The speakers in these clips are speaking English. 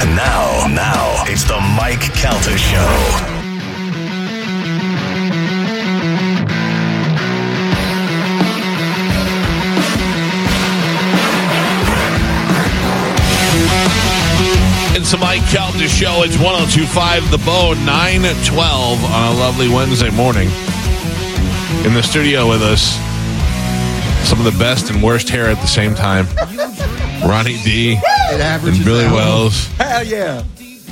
And now, now, it's the Mike Calter Show. It's the Mike Calder Show. It's 1025 The Bow, 912 on a lovely Wednesday morning. In the studio with us, some of the best and worst hair at the same time. Ronnie D It and averages Billy out. Wells. Hell yeah.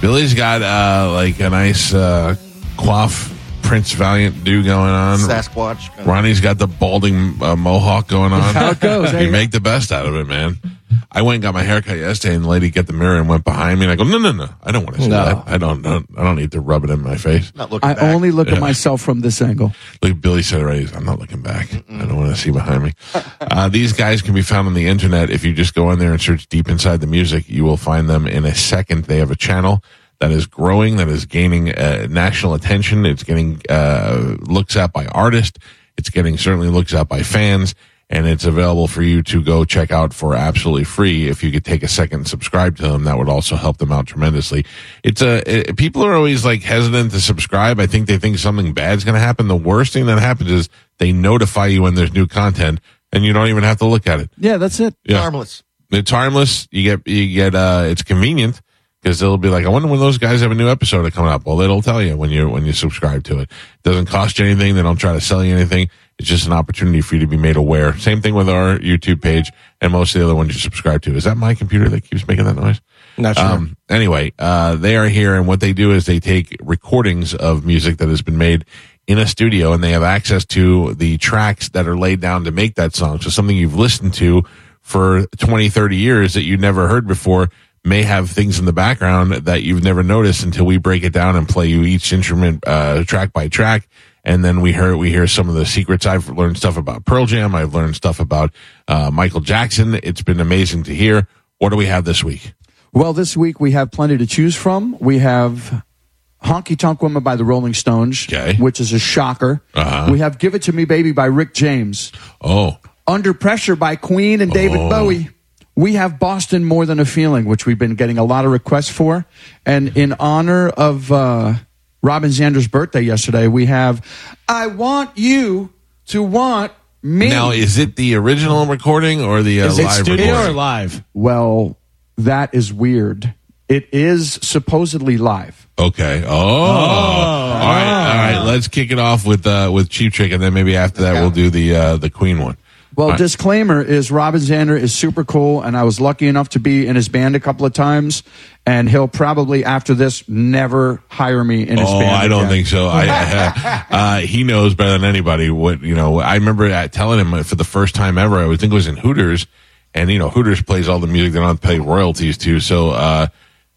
Billy's got uh, like a nice uh, coif Prince Valiant do going on. Sasquatch. Ronnie's got the balding uh, mohawk going on. how it goes, You eh? make the best out of it, man. I went and got my haircut yesterday, and the lady got the mirror and went behind me. And I go, no, no, no, I don't want to see No. that. I don't, don't, I don't need to rub it in my face. Not looking I back. only look Yeah. at myself from this angle. Like Billy said already, I'm not looking back. I don't want to see behind me. Uh, these guys can be found on the internet. If you just go in there and search deep inside the music, you will find them in a second. They have a channel that is growing, that is gaining uh, national attention. It's getting uh, looks at by artists. It's getting certainly looks at by fans. And it's available for you to go check out for absolutely free. If you could take a second and subscribe to them, that would also help them out tremendously. It's a, it- people are always like hesitant to subscribe. I think they think something bad's going to happen. The worst thing that happens is they notify you when there's new content and you don't even have to look at it. Yeah, that's it. Yeah. harmless. It's harmless. You get you get uh it's convenient because they'll be like, I wonder when those guys have a new episode coming up. Well, it'll tell you when you when you subscribe to it. It doesn't cost you anything. They don't try to sell you anything. It's just an opportunity for you to be made aware. Same thing with our YouTube page and most of the other ones you subscribe to. Is that my computer that keeps making that noise? Not sure. Um, anyway, uh, they are here, and what they do is they take recordings of music that has been made in a studio, and they have access to the tracks that are laid down to make that song. So something you've listened to for 20, 30 years that you never heard before may have things in the background that you've never noticed until we break it down and play you each instrument uh, track by track. And then we hear we hear some of the secrets. I've learned stuff about Pearl Jam. I've learned stuff about uh, Michael Jackson. It's been amazing to hear. What do we have this week? Well, this week we have plenty to choose from. We have Honky Tonk Woman by the Rolling Stones, Okay. which is a shocker. Uh-huh. We have Give It to Me Baby by Rick James, Oh, Under Pressure by Queen and David Oh. Bowie. We have Boston More Than a Feeling, which we've been getting a lot of requests for. And in honor of uh, Robin Zander's birthday yesterday, we have I Want You to Want Me. Now, is it the original recording or the uh, Is it live studio or recording? live? Well, that is weird. It is supposedly live. okay. Oh. all right, Ah. all right. Let's kick it off with uh, with Cheap Trick, and then maybe after that we'll do the uh, the Queen one. Well, All right. disclaimer is Robin Zander is super cool, and I was lucky enough to be in his band a couple of times, and he'll probably after this never hire me in his Oh, band. I don't again. think so. I, I uh, he knows better than anybody what you know. I remember uh, telling him for the first time ever. I was- think it was in Hooters, and you know Hooters plays all the music they don't pay royalties to. So uh,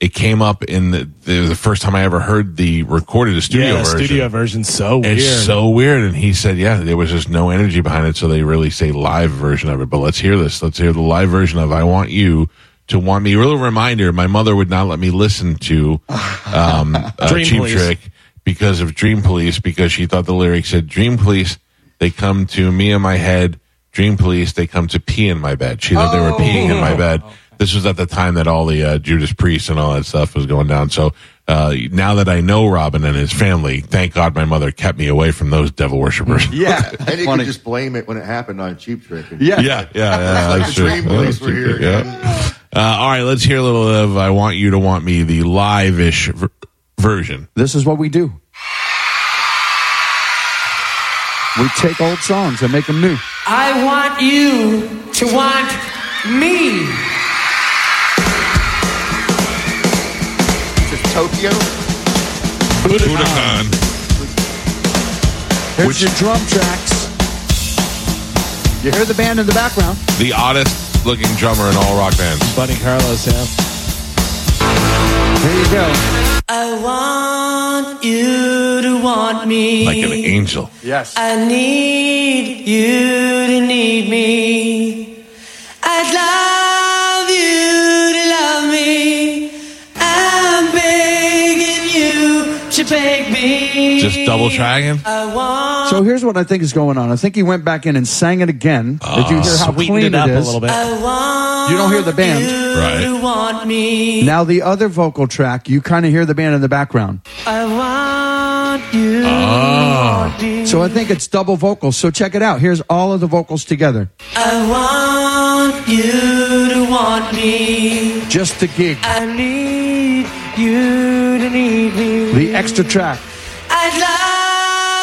it came up in the, the, the first time I ever heard the recorded the studio yeah, the version. studio version's so weird. It's so weird. And he said, yeah, there was just no energy behind it. So they released a live version of it. But let's hear this. Let's hear the live version of I Want You to Want Me. Real reminder my mother would not let me listen to um, uh, Dream Cheap Police. Trick because of Dream Police, because she thought the lyrics said, Dream Police, they come to me in my head. Dream Police, they come to pee in my bed. She thought they were peeing in my Oh. bed. This was at the time that all the uh, Judas Priest and all that stuff was going down. So uh, now that I know Robin and his family, thank God my mother kept me away from those devil worshippers. Yeah, And you funny. can just blame it when it happened on Cheap Trick. And yeah. yeah, yeah, yeah. Like that's the true. Dream Yeah, Police that's were true. here. Yeah. Uh, all right, let's hear a little of "I Want You to Want Me," the live-ish ver- version. This is what we do. We take old songs and make them new. I want you to want me. It's just Tokyo. Budokan. Here's Which- your drum tracks. You hear the band in the background. the oddest-looking drummer in all rock bands. Buddy Carlos, yeah. Here you go. I want you to want me. Like an angel. Yes. I need you to need me. I'd love you to love me. I'm begging you you beg me? Just double trying. I want, So here's what I think is going on. I think he went back in and sang it again. Did you hear how Ah, Sweetened clean it Uh, up it a is? little bit. I want. You don't hear the band. you Right. to want me. Now the other vocal track, you kind of hear the band in the background. I want you. Ah. to want me. So I think it's double vocals. So check it out. Here's all of the vocals together. I want you to want me. Just the gig. I need you to need me. The extra track. I'd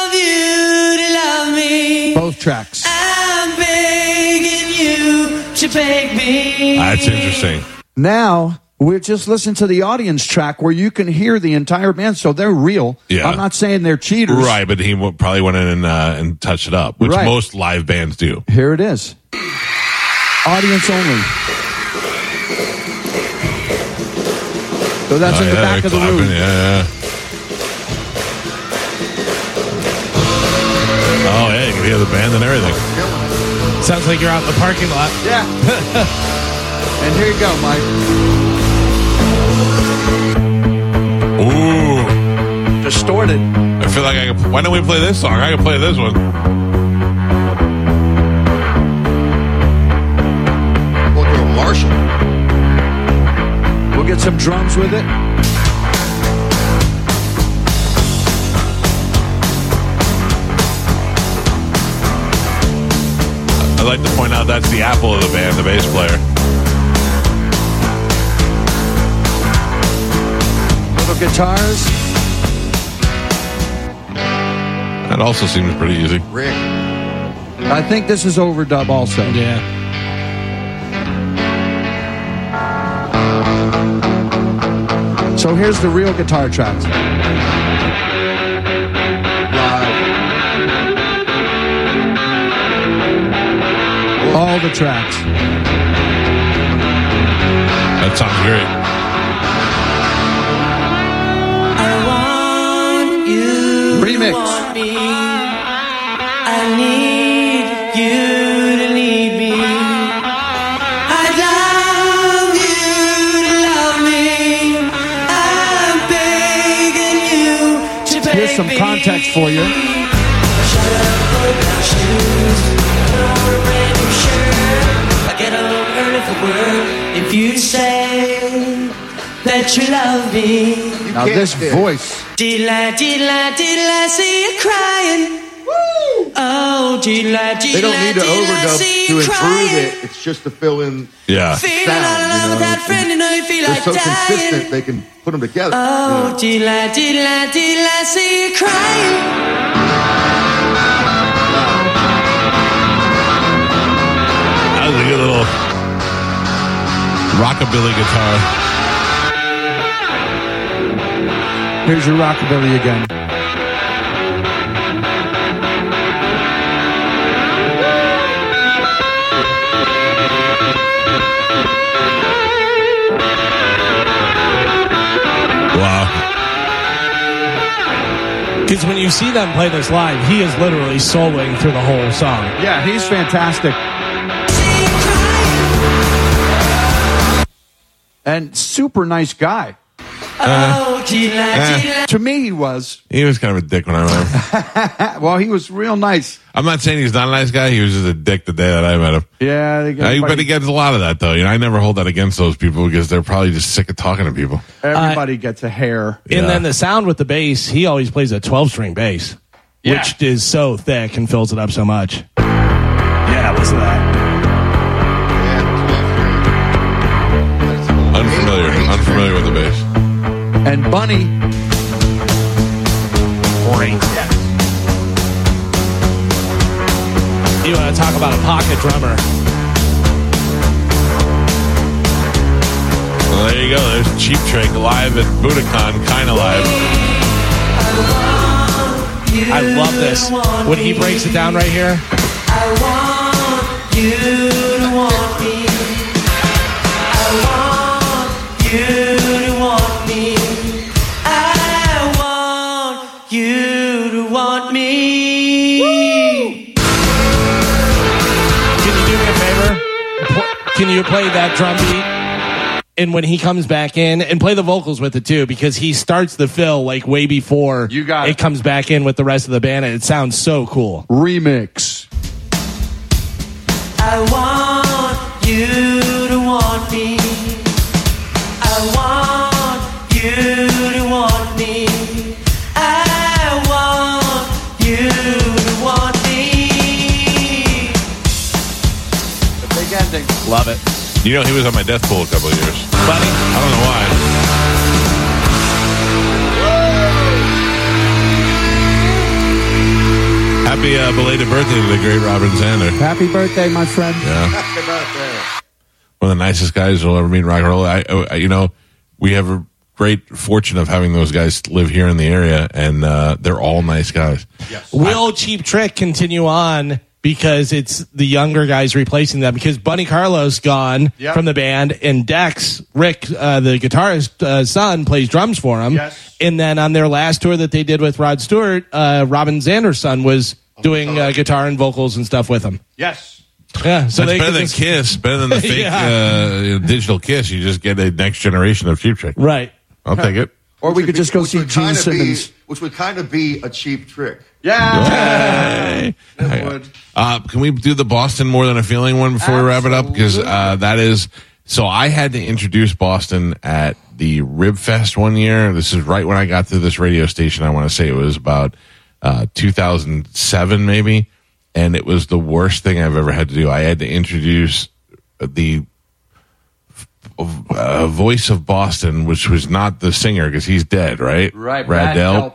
love you to love me. Both tracks. I'm begging you to beg me. That's interesting. Now we're just listening to the audience track where you can hear the entire band. So they're real. Yeah. I'm not saying they're cheaters. Right, but he w- probably went in and, uh, and touched it up, which Right. most live bands do. Here it is. Audience only. So that's Oh, in the yeah, back they're of the clapping, room. Yeah. Oh yeah, you can hear the band and everything. Sounds like you're out in the parking lot. Yeah. and here you go, Mike. Ooh, Distorted. I feel like I could. Why don't we play this song? I can play this one. We'll do a Marshall. We'll get some drums with it. I'd like to point out that's the apple of the band, the bass player. Little guitars. That also seems pretty easy. Rick. I think this is overdub also. Yeah. So here's the real guitar tracks. Live. All the tracks. That sounds great. I want you Remix. to want me. I need you to need me. I'd love you to love me. I'm begging you to beg Here's some me. context for you. Shut up, put on shoes. Put on a brand new shirt. I get home early for work. If you say that you love me. You Now can't this fit. voice. Did I, did I, did I see you crying? Woo! Oh, did I, did They don't I, need to did I overdub see to you improve crying? it. It's just to fill in. Yeah. Feeling sound, all you alone know, without a and friend, you know you feel They're like so dying. consistent they can put them together. Oh, did I, did I, did I see you crying? That was a good little rockabilly guitar. Here's your rockabilly again. Wow. Because when you see them play this live, he is literally soloing through the whole song. Yeah, he's fantastic. See you crying. And super nice guy. Uh-huh. Oh, did I, did I, To me, he was. He was kind of a dick when I met him. Well, he was real nice. I'm not saying he's not a nice guy. He was just a dick the day that I met him. Yeah. they- Uh, but Everybody, he gets a lot of that though. You know, I never hold that against those people because they're probably just sick of talking to people. everybody gets a hair. Yeah. And then the sound with the bass, he always plays a 12 string bass, Yeah. which is so thick and fills it up so much. Yeah, listen to that. Yeah, it's all great. Unfamiliar, Eight, eight, unfamiliar with the bass. And Bunny, You want to talk about a pocket drummer? Well, there you go. There's Cheap Trick live at Budokan, kind of live. you I love this. want When he me. breaks it down right here, I want you to want me. I want you to want me. I want you to want me. can you do me a favor? Pl- Can you play that drum beat? and when he comes back in and play the vocals with it too because he starts the fill like way before You got it. comes back in with the rest of the band and it sounds so cool. Remix. I want you to want me. I want you to want me. I want you to want me. The big ending. Love it. You know, he was on my death pool a couple of years. I don't know why. Happy uh, belated birthday to the great Robin Zander. Happy birthday, my friend. Yeah, Happy birthday. one of the nicest guys you'll ever meet in rock and roll. I, I, you know, we have a great fortune of having those guys live here in the area, and uh, they're all nice guys. Will Cheap Trick continue on because it's the younger guys replacing them? Because Bunny Carlos gone Yep. from the band, and Dex Rick, uh, the guitarist uh, son, plays drums for him. Yes. And then on their last tour that they did with Rod Stewart, uh, Robin Zander's son was doing uh, guitar and vocals and stuff with him. Oh, Yes. Yeah, so That's they better could than just- Kiss, better than the fake uh, digital Kiss. You just get a next generation of Cheap Trick. right. I'll take it. Or we Which could would- just go which see would Gene kinda be- Simmons. which would kind of be a cheap trick. Hey, would. Uh, can we do the Boston more than a feeling one before we wrap it up? Because uh, that is so. I had to introduce Boston at the Rib Fest one year. This is right when I got to this radio station. I want to say it was about uh, 2007, maybe, and it was the worst thing I've ever had to do. I had to introduce the uh, voice of Boston, which was not the singer because he's dead, right? Right, Brad Brad Delp. Delp.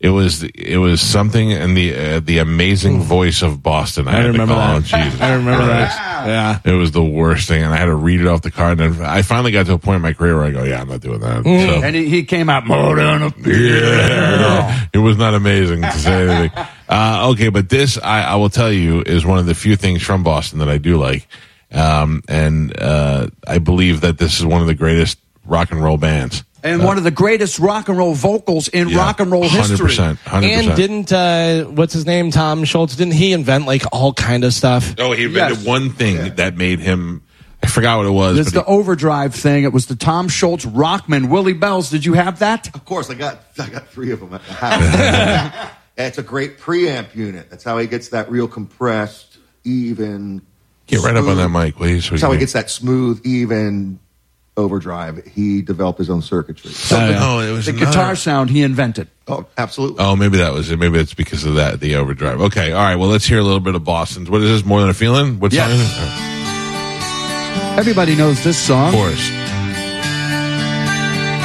It was it was something in the uh, the amazing voice of Boston. I, had to remember call. that. Jesus I remember Christ. that. Yeah. It was the worst thing, and I had to read it off the card. And I finally got to a point in my career where I go, "Yeah, I'm not doing that." Mm. So- And he, he came out more than a yeah. It was not amazing to say anything. Uh, okay, but this, I, I will tell you, is one of the few things from Boston that I do like. Um, and uh, I believe that this is one of the greatest rock and roll bands. And one of the greatest rock and roll vocals in Yeah. rock and roll history. 100%. 100%. And didn't uh, what's his name, Tom Schultz? Didn't he invent like all kind of stuff? Oh, he invented Yes. one thing that made him. I forgot what it was. It's but the overdrive thing. It was the Tom Schultz Rockman Willie Bells. Did you have that? Of course, I got I got three of them at the house. It's a great preamp unit. That's how he gets that real compressed, even. he- get right up on smooth- that mic, please. That's how he gets that smooth, even overdrive. He developed his own circuitry. Oh, it was The another- guitar sound he invented. oh, absolutely. Oh, maybe that was it. Maybe it's because of that, the overdrive. Okay, all right. Well, let's hear a little bit of Boston's. What is this? More than a feeling? What Yes. song is it? Everybody knows this Of song. course.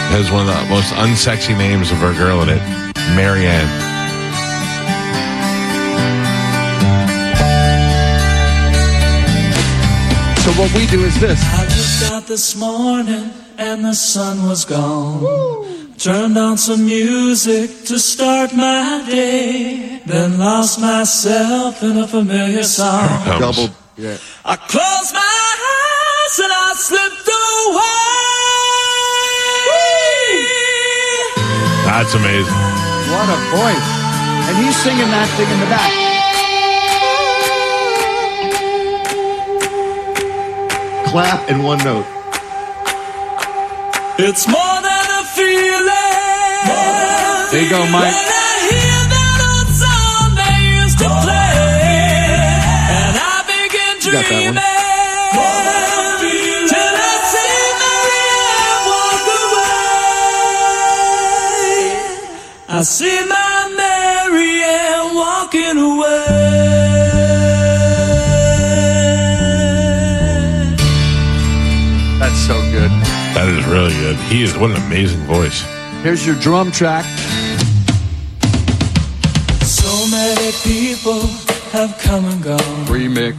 Has one of the most unsexy names of her girl in it, Marianne. So what we do is this. I looked out this morning and the sun was gone. Turned on some music to start my day. Then lost myself in a familiar song. Comes. Double. Yeah. I closed my eyes and I slipped away. That's amazing. What a voice. And he's singing that thing in the back. Clap in one note. It's more than a feeling. There you go, Mike. When I hear that old song they used to play, and I begin got that one. dreaming. Till I see Marianne walk away. I see my Marianne walking away. That's so good. That is really good. He is what an amazing voice. Here's your drum track. So many people have come and gone. Remix.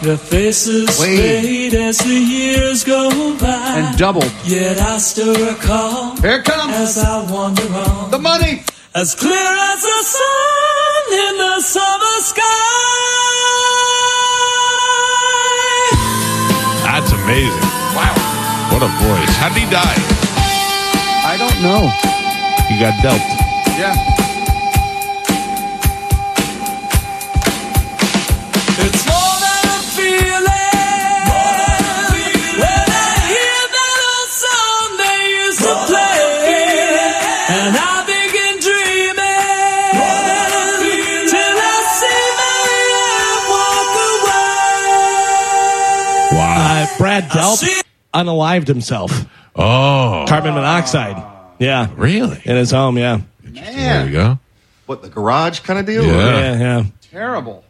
Their faces Wait. fade as the years go by. And double. Yet I still recall Here it comes as I wander on. the money. As clear as the sun in the summer sky. That's amazing. Wow. What a voice. How did he die? I don't know. He got dealt. Yeah. It's more than a feeling. When I hear that old song help, Uh, unalived himself. Oh, Carbon monoxide. Yeah. really? In his home, yeah. There you go. What the garage kind of deal? Yeah. Yeah, yeah. Terrible.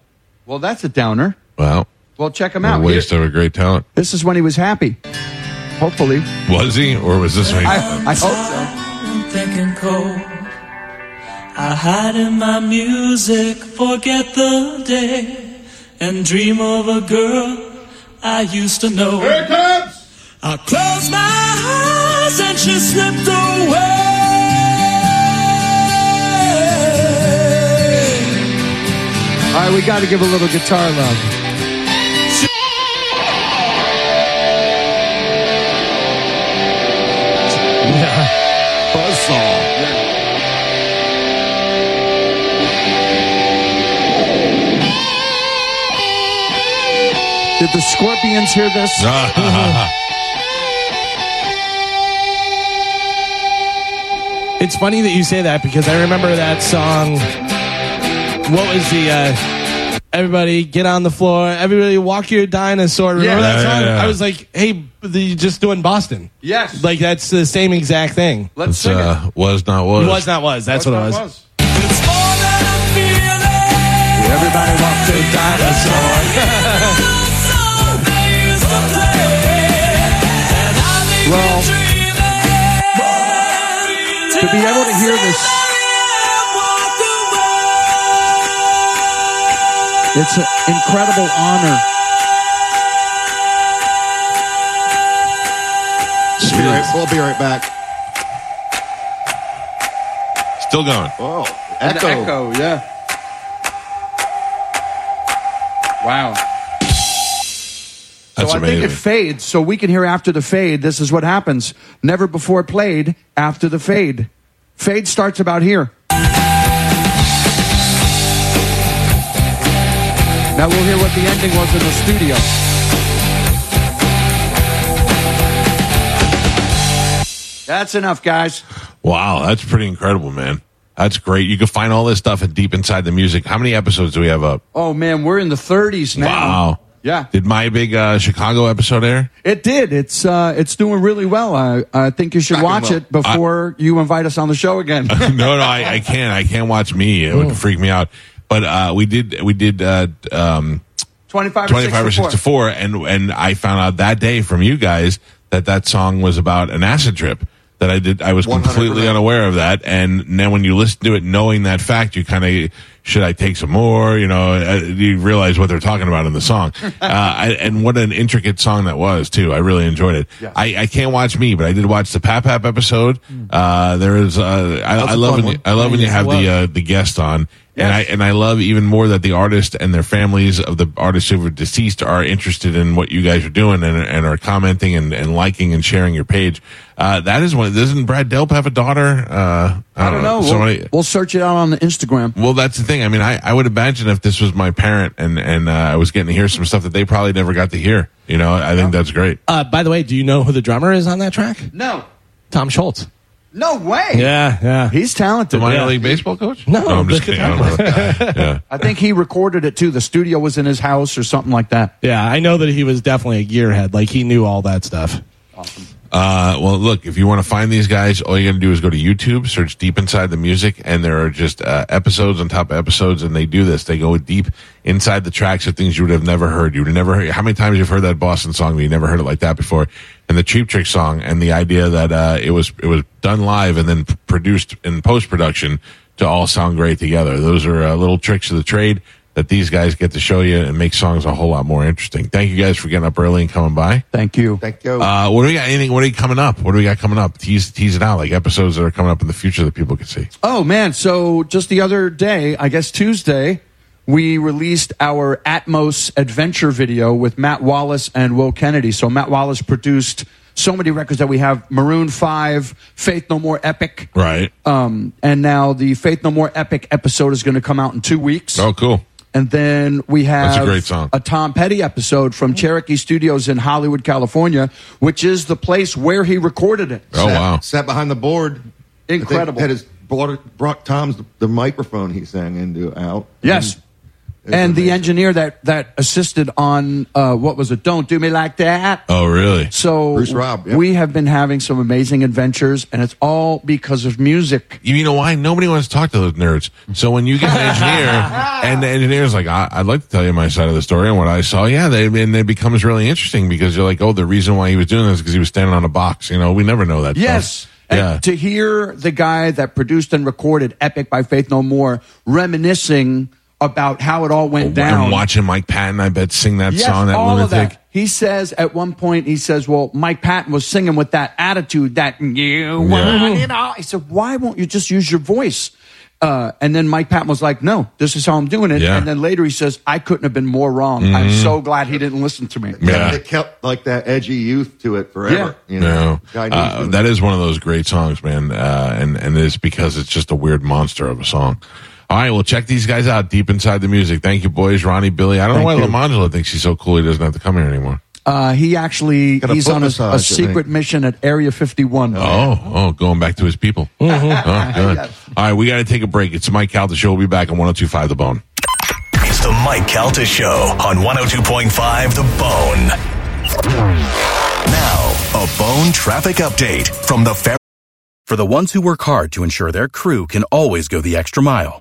Well, that's a downer. Wow. Well, check him A out. waste of a great talent. This is when he was happy. Hopefully. Was he, or was this me? I, I hope so. I'm thinking cold. I hide in my music, forget the day, and dream of a girl I used to know. Here it comes. I closed my eyes and she slipped away. All right, we got to give a little guitar love. Buzzsaw. Did the Scorpions hear this? Ah, It's funny that you say that because I remember that song. What was the. Uh, Everybody get on the floor. Everybody walk your dinosaur. Remember Yeah. that Yeah, yeah, song? yeah. I was like, hey, the, just doing Boston. Yes. Like, that's the same exact thing. Let's It's, sing it. uh, was not was. was not was. That's what it was. It's more than a feeling. Everybody walk to the dinosaur. The song they used to play. And I think Well, you're dreaming. To be able to hear this, Walk away. it's an incredible honor. We'll be right, we'll be right back. Still going. Oh, And echo. echo, yeah. Wow. That's so I amazing. think it fades, so we can hear after the fade. This is what happens. Never before played after the fade. Fade starts about here. Now we'll hear what the ending was in the studio. That's enough, guys. wow, that's pretty incredible, man. That's great. You can find all this stuff at Deep Inside the Music. How many episodes do we have up? Oh man, we're in the 30s now. Wow. Yeah. Did my big uh, Chicago episode air? It did. It's uh, it's doing really well. I I think you should Tracking watch well. it before you invite us on the show again. no, no, I, I can't. I can't watch me. It would freak me out. But uh, we did. We did. Uh, um, 25 or 25 or 64 and and I found out that day from you guys that that song was about an acid trip that I did I was completely 100%. unaware of that and then when you listen to it knowing that fact you kind of should I take some more you know uh, you realize what they're talking about in the song uh, I, and what an intricate song that was too I really enjoyed it I, I can't watch me but I did watch the Pap Pap episode uh, there is uh, I, I Hmm. a love fun when you, one. I love when you Yes, have it the was. uh, the guest on, and I and I love even more that the artist and their families of the artists who were deceased are interested in what you guys are doing and and are commenting and, and liking and sharing your page. Uh, that is one. Doesn't Brad Delp have a daughter? Uh, I don't know. Somebody, We'll, we'll search it out on the Instagram. well, that's the thing. I mean, I, I would imagine if this was my parent and and uh, I was getting to hear some stuff that they probably never got to hear. You know, I think that's great. Uh, by the way, do you know who the drummer is on that track? No. Tom Schultz. No way. Yeah, yeah. He's talented. The minor yeah. league baseball coach? No, I'm just the kidding. I don't know. yeah. I think he recorded it too. The studio was in his house or something like that. Yeah, I know that he was definitely a gearhead. Like he knew all that stuff. Uh, well, look, if you want to find these guys, all you got to do is go to YouTube, search Deep Inside the Music, and there are just uh, episodes on top of episodes, and they do this. They go deep inside the tracks of things you would have never heard. You would have never heard, how many times you've heard that Boston song, but you never heard it like that before. And the Cheap Trick song, and the idea that uh, it was it was done live and then p- produced in post production to all sound great together. Those are uh, little tricks of the trade that these guys get to show you and make songs a whole lot more interesting. Thank you guys for getting up early and coming by. Thank you. Thank you. Uh, what do we got? Anything? What are you coming up? What do we got coming up? Tease, tease it out, like episodes that are coming up in the future that people can see. Oh man, so just the other day, I guess Tuesday, we released our Atmos adventure video with Matt Wallace and Will Kennedy. So Matt Wallace produced so many records that we have Maroon 5, Faith No More Epic. Right. Um, and now the Faith No More Epic episode is going to come out in two weeks. oh, cool. And then we have a great song. a Tom Petty episode from Cherokee Studios in Hollywood, California, which is the place where he recorded it. Oh, sat, wow. Sat behind the board. I think Incredible. That has brought, brought Tom's the microphone he sang into out. Yes. And Mm. It was and the amazing. engineer that that assisted on uh, what was it? Don't do me like that. Oh, really? So Bruce Robb, yeah. we have been having some amazing adventures, and it's all because of music. You, you know why? Nobody wants to talk to those nerds. So when you get an engineer and the engineer's like, I, I'd like to tell you my side of the story and what I saw, yeah, they, and it becomes really interesting because you're like, oh, the reason why he was doing this is because he was standing on a box. You know, we never know that. stuff. Yes. And Oh, Yeah. to hear the guy that produced and recorded Epic by Faith No More reminiscing about how it all went down. I'm watching Mike Patton, I bet, sing that yes, song, that all lunatic. of that. He says at one point, he says, Well, Mike Patton was singing with that attitude that you want it all. He said, Why won't you just use your voice? Uh, and then Mike Patton was like, No, this is how I'm doing it. Yeah. Mm-hmm. And then later he says, I couldn't have been more wrong. I'm so glad he didn't listen to me. Yeah. It kept like that edgy youth to it forever. You know? No, Guy knew he uh, was that is one of those great songs, man, uh, and and it's because it's just a weird monster of a song. All right, well, check these guys out deep inside the music. Thank you, boys. Ronnie, Billy. I don't know why Thank you. Lamangelo thinks he's so cool. He doesn't have to come here anymore. Uh, he actually, Got a he's foot on a, massage, I a think. secret mission at Area 51. Oh, oh, going back to his people. Oh, good. All right, we got to take a break. It's Mike Cal. The show. We'll be back on 1025 The Bone. It's the Mike Calta Show on 102.5 The Bone. Now, a bone traffic update from the Fer- For the ones who work hard to ensure their crew can always go the extra mile,